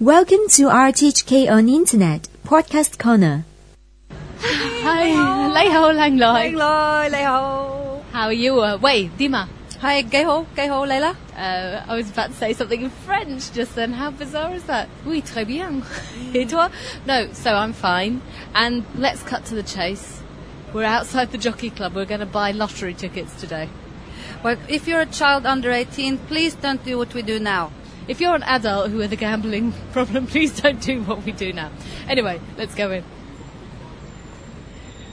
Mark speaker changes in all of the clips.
Speaker 1: Welcome to RTHK on Internet Podcast Corner.
Speaker 2: 系你好，靓
Speaker 3: 靚
Speaker 2: 女
Speaker 3: 女你好，
Speaker 2: ，How you 啊？喂，Dima，
Speaker 3: 系幾好幾好，你啦，
Speaker 2: 呃，I was about to say something in French just then. How bizarre is that? Oui, très bien. Et toi? No, so I'm fine. And let's cut to the chase. We're outside the jockey club. We're going to buy lottery tickets today.
Speaker 3: But if you're a child under 18, please don't do what we do now.
Speaker 2: If you're an adult who has a gambling problem, please don't do what we do now. Anyway, let's go in.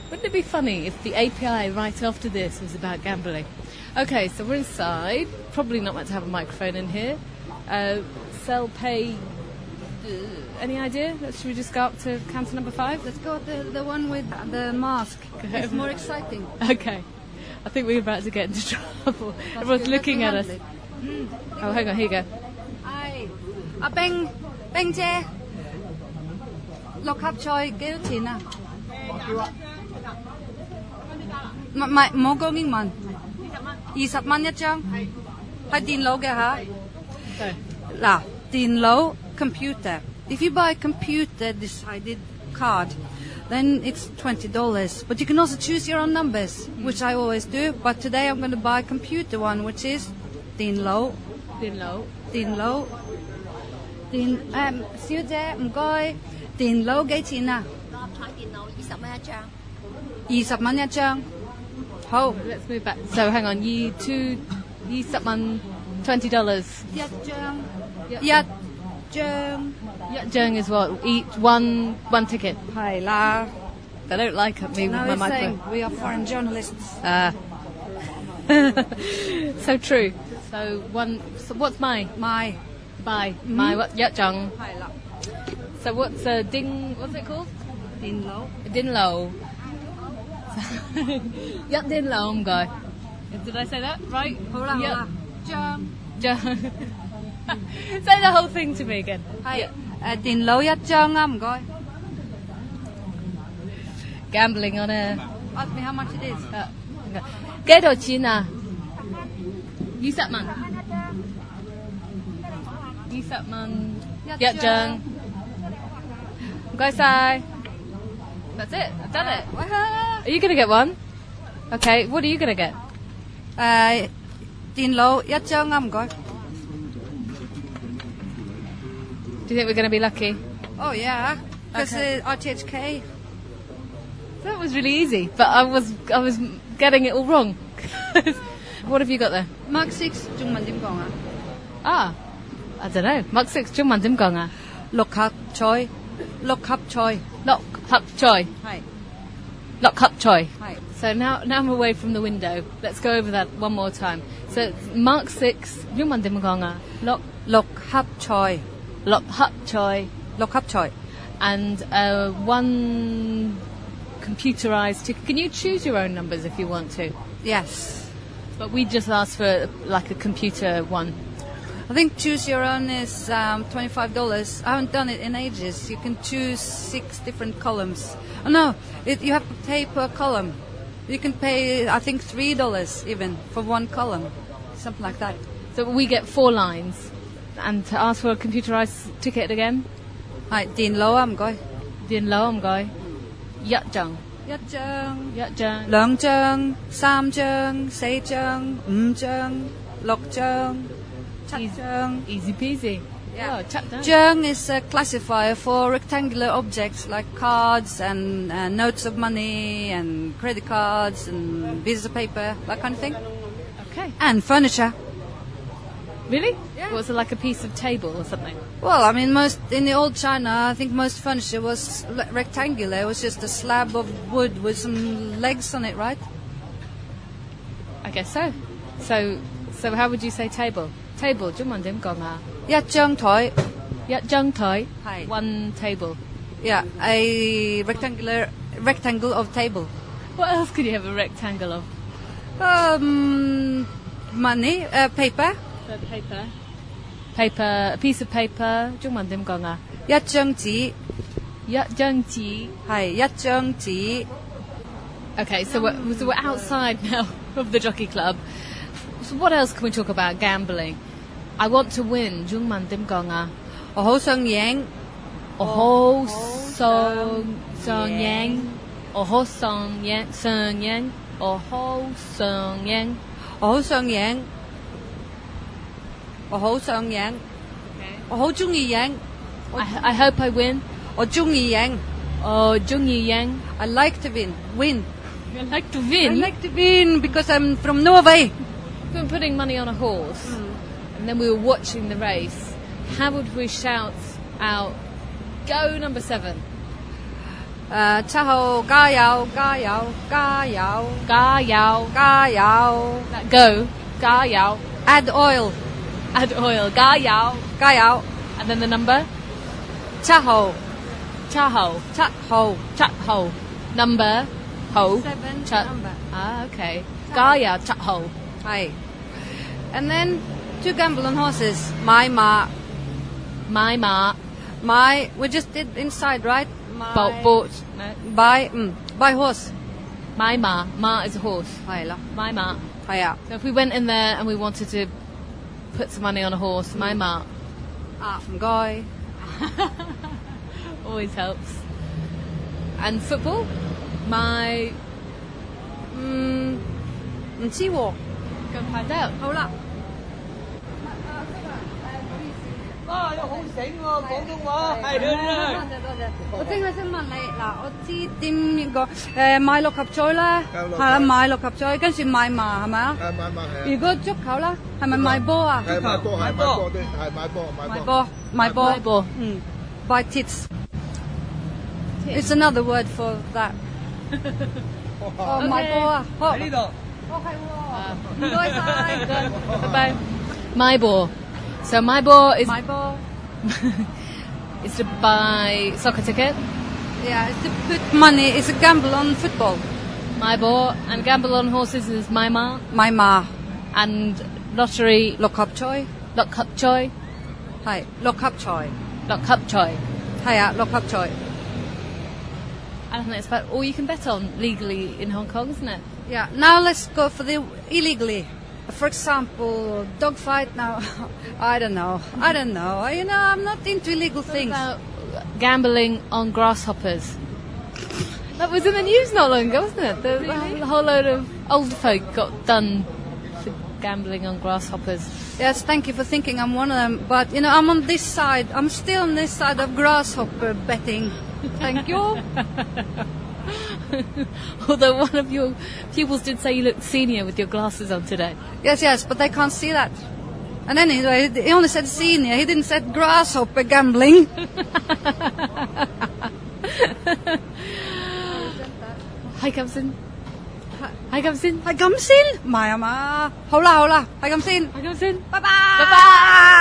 Speaker 2: Wouldn't it be funny if the API right after this was about gambling? Okay, so we're inside. Probably not meant to have a microphone in here. Uh, sell, pay. Uh, any idea? Should we just go up to counter number five?
Speaker 3: Let's go the the one with the mask. It's more exciting.
Speaker 2: Okay. I think we're about to get into trouble. Everyone's looking at us. Oh, hang on, here you go.
Speaker 3: 係阿冰冰姐，六合菜幾多錢啊？唔唔係，唔好講英文。二十蚊一張，係電腦嘅吓。
Speaker 2: Go.
Speaker 3: 嗱，電腦 computer。If you buy a computer decided card, then it's twenty dollars. But you can also choose your own numbers, which I always do. But today I'm going to buy a computer one, which is 電腦
Speaker 2: Didn't know.
Speaker 3: 電腦電誒、小姐唔該，電腦幾錢啊？二十蚊一張。好，
Speaker 2: Let's move back. So hang on, ye two, ye someone twenty dollars.
Speaker 3: 一張，
Speaker 2: 一
Speaker 3: 一張，
Speaker 2: Jung is what? Each one, one ticket.
Speaker 3: 係啦。
Speaker 2: They don't like at me
Speaker 3: Now
Speaker 2: with
Speaker 3: he's
Speaker 2: my
Speaker 3: saying
Speaker 2: microphone.
Speaker 3: we are foreign journalists.
Speaker 2: Ah. Uh, so true. So one. So what's my
Speaker 3: My
Speaker 2: my my what? Yeah, Jung.
Speaker 3: 係啦，
Speaker 2: So what's uh, ding? What's it called?
Speaker 3: 電腦
Speaker 2: Dinlo. Yep, Dinlo, I'm going. Did I say that right?
Speaker 3: 好啦好
Speaker 2: Yep.
Speaker 3: 啦，張
Speaker 2: Jung. say the whole thing to me again.
Speaker 3: 係誒電腦一張啊，唔該。
Speaker 2: Gambling on air.
Speaker 3: Ask me how much it is.
Speaker 2: 几多钱啊？二十蚊。二十蚊
Speaker 3: 一
Speaker 2: 一
Speaker 3: 張
Speaker 2: 張。唔該晒。That's it. I've done it.
Speaker 3: 喂哈
Speaker 2: Are you gonna get one? Okay. What are you gonna get?
Speaker 3: 誒電腦一張啊，唔該。
Speaker 2: Do you think we're gonna be lucky?
Speaker 3: Oh yeah, because
Speaker 2: Okay.
Speaker 3: uh, RTHK.
Speaker 2: That was really easy, but I was I was getting it all wrong. what have you got there?
Speaker 3: Mark Six 中文點講啊？
Speaker 2: Ah, I don't know. Mark six 中文點講啊？
Speaker 3: 六合菜，六合菜，
Speaker 2: 落合菜，
Speaker 3: 係
Speaker 2: 落合菜。
Speaker 3: 係
Speaker 2: So now, now I'm away from the window. Let's go over that one more time. So it's Mark 6, Yuman Dimaganga, Lok,
Speaker 3: 六合菜，
Speaker 2: Lok Hut Choi,
Speaker 3: 六合菜。
Speaker 2: and uh, one computerized ticket. Can you choose your own numbers if you want to?
Speaker 3: Yes,
Speaker 2: But we just asked for like a computer one.
Speaker 3: I think choose your own is um, twenty-five dollars. I haven't done it in ages. You can choose six different columns. Oh no, it, you have to pay per column. You can pay, I think, three dollars even for one column, something like that.
Speaker 2: So we get four lines. And to ask for a computerized ticket again,
Speaker 3: Hi, Dean Loa, I'm going.
Speaker 2: Din Lo Am Goi, Yat Jung,
Speaker 3: 一張。
Speaker 2: Yat Jung,
Speaker 3: 兩張、三張、四張、五張、六張、七張。
Speaker 2: Easy Peasy.
Speaker 3: Yeah.
Speaker 2: Oh, chuck down.
Speaker 3: Jung is a classifier for rectangular objects like cards and uh, notes of money and credit cards and pieces of paper, that kind of thing.
Speaker 2: Okay.
Speaker 3: And furniture.
Speaker 2: Really?
Speaker 3: Yeah.
Speaker 2: Was it like a piece of table or something?
Speaker 3: Well, I mean, most in the old China, I think most furniture was l- rectangular. It was just a slab of wood with some legs on it, right?
Speaker 2: I guess so. So, so how would you say table? Table, chung man dim gong ha.
Speaker 3: Yeah, Jung toy.
Speaker 2: Yeah, chung toi.
Speaker 3: Hi.
Speaker 2: One table.
Speaker 3: Yeah, a rectangular rectangle of table.
Speaker 2: What else could you have a rectangle of?
Speaker 3: Um, money, uh, paper.
Speaker 2: paper. Paper, a piece of paper. Chung man dim gong ha.
Speaker 3: 一張紙
Speaker 2: Yeah, chung ji.
Speaker 3: 係一張紙，
Speaker 2: Okay, so we're, so we're outside now of the jockey club. So what else can we talk about? Gambling. I want to win. Chung man dim gong ha.
Speaker 3: 我好想贏，
Speaker 2: Oh,
Speaker 3: song
Speaker 2: song song yang. Oh, song yang, song yang. Oh, song yang.
Speaker 3: 我好想贏，我好想贏，我好中意贏，
Speaker 2: I, I hope I win.
Speaker 3: 我中意贏。
Speaker 2: Oh, Jung Yi Yang.
Speaker 3: I like to win. Win.
Speaker 2: You like to
Speaker 3: I
Speaker 2: win.
Speaker 3: like to win because I'm from Norway.
Speaker 2: we were putting money on a horse, and then we were watching the race. How would we shout out, "Go number seven,
Speaker 3: 誒，七號加油，加油，加油，
Speaker 2: ga yao,
Speaker 3: 加油
Speaker 2: that go, ga yao,
Speaker 3: ！Add oil，
Speaker 2: add oil, ga yao,"
Speaker 3: 加油！
Speaker 2: and then the number
Speaker 3: 七號，
Speaker 2: cha ho,
Speaker 3: 七號
Speaker 2: cha ho, number ho,
Speaker 3: Seven
Speaker 2: cha-
Speaker 3: number.
Speaker 2: Ah, okay, ga yao, cha ho.
Speaker 3: 係。And then to gamble on horses. My ma,
Speaker 2: My ma
Speaker 3: my we just did inside right? My
Speaker 2: bought, bought no,
Speaker 3: buy 嗯 buy horse
Speaker 2: my ma. Ma is a horse.
Speaker 3: 係啦，
Speaker 2: My ma.
Speaker 3: 係啊
Speaker 2: So if we went in there and we wanted to put some money on a horse, my ma.
Speaker 3: 啊唔該。
Speaker 2: Always helps. And football? My.
Speaker 3: 嗯，唔知喎。
Speaker 2: Go and find out.
Speaker 3: 好啦。
Speaker 4: 啊，你好醒喎、廣東話係真係。
Speaker 3: 我即係想問你嗱，我知點個誒買六合彩啦，
Speaker 4: 買六合
Speaker 3: 係
Speaker 4: 彩
Speaker 3: 啦買六合彩，跟住買麻係咪啊？
Speaker 5: 係買買係
Speaker 3: 如
Speaker 5: 啊，
Speaker 3: 果足球啦，係咪買波啊？
Speaker 5: 係買波係買
Speaker 4: 買波
Speaker 5: 波對，係買波
Speaker 3: 買
Speaker 5: 買波。
Speaker 3: 波買波
Speaker 2: 買波，
Speaker 3: 嗯，buy tits。It's another word for that。哦，Oh, 買波啊！好，
Speaker 4: 喺呢度。
Speaker 3: 哦係喎，唔該晒。
Speaker 2: Bye bye. Uh, My ball. So my ball is,
Speaker 3: 買波
Speaker 2: is to buy soccer ticket,
Speaker 3: ，yeah，it's to put money, it's a gamble on football。
Speaker 2: my ball, and gamble on horses is my ma,
Speaker 3: 買馬
Speaker 2: and lottery,
Speaker 3: 六合彩
Speaker 2: lock cup choi,
Speaker 3: 係六合彩，
Speaker 2: lock cup choi.
Speaker 3: 係啊，六合彩。
Speaker 2: And I think that's about all you can bet on legally in Hong Kong, isn't it?
Speaker 3: Yeah, now let's go for the illegally. For example, dogfight now. I don't know. I don't know. You know, I'm not into illegal things.
Speaker 2: About gambling on grasshoppers. That was in the news not long ago, wasn't it? The, the whole- the whole load of old folk got done for gambling on grasshoppers.
Speaker 3: Yes, thank you for thinking I'm one of them. But, you know, I'm on this side. I'm still on this side of grasshopper betting. Thank you.
Speaker 2: Although one of your pupils did say you looked senior with your glasses on today.
Speaker 3: yes, yes, but they can't see that. And anyway, he only said senior. He didn't say grasshopper gambling.
Speaker 2: Hi, Gumson. Hi, Gumson.
Speaker 3: Hi, Gumsin. Maya, ma. Hola, hola. Hi, Gumsin.
Speaker 2: Hi, Gumson.
Speaker 3: Bye-bye.
Speaker 2: Bye bye.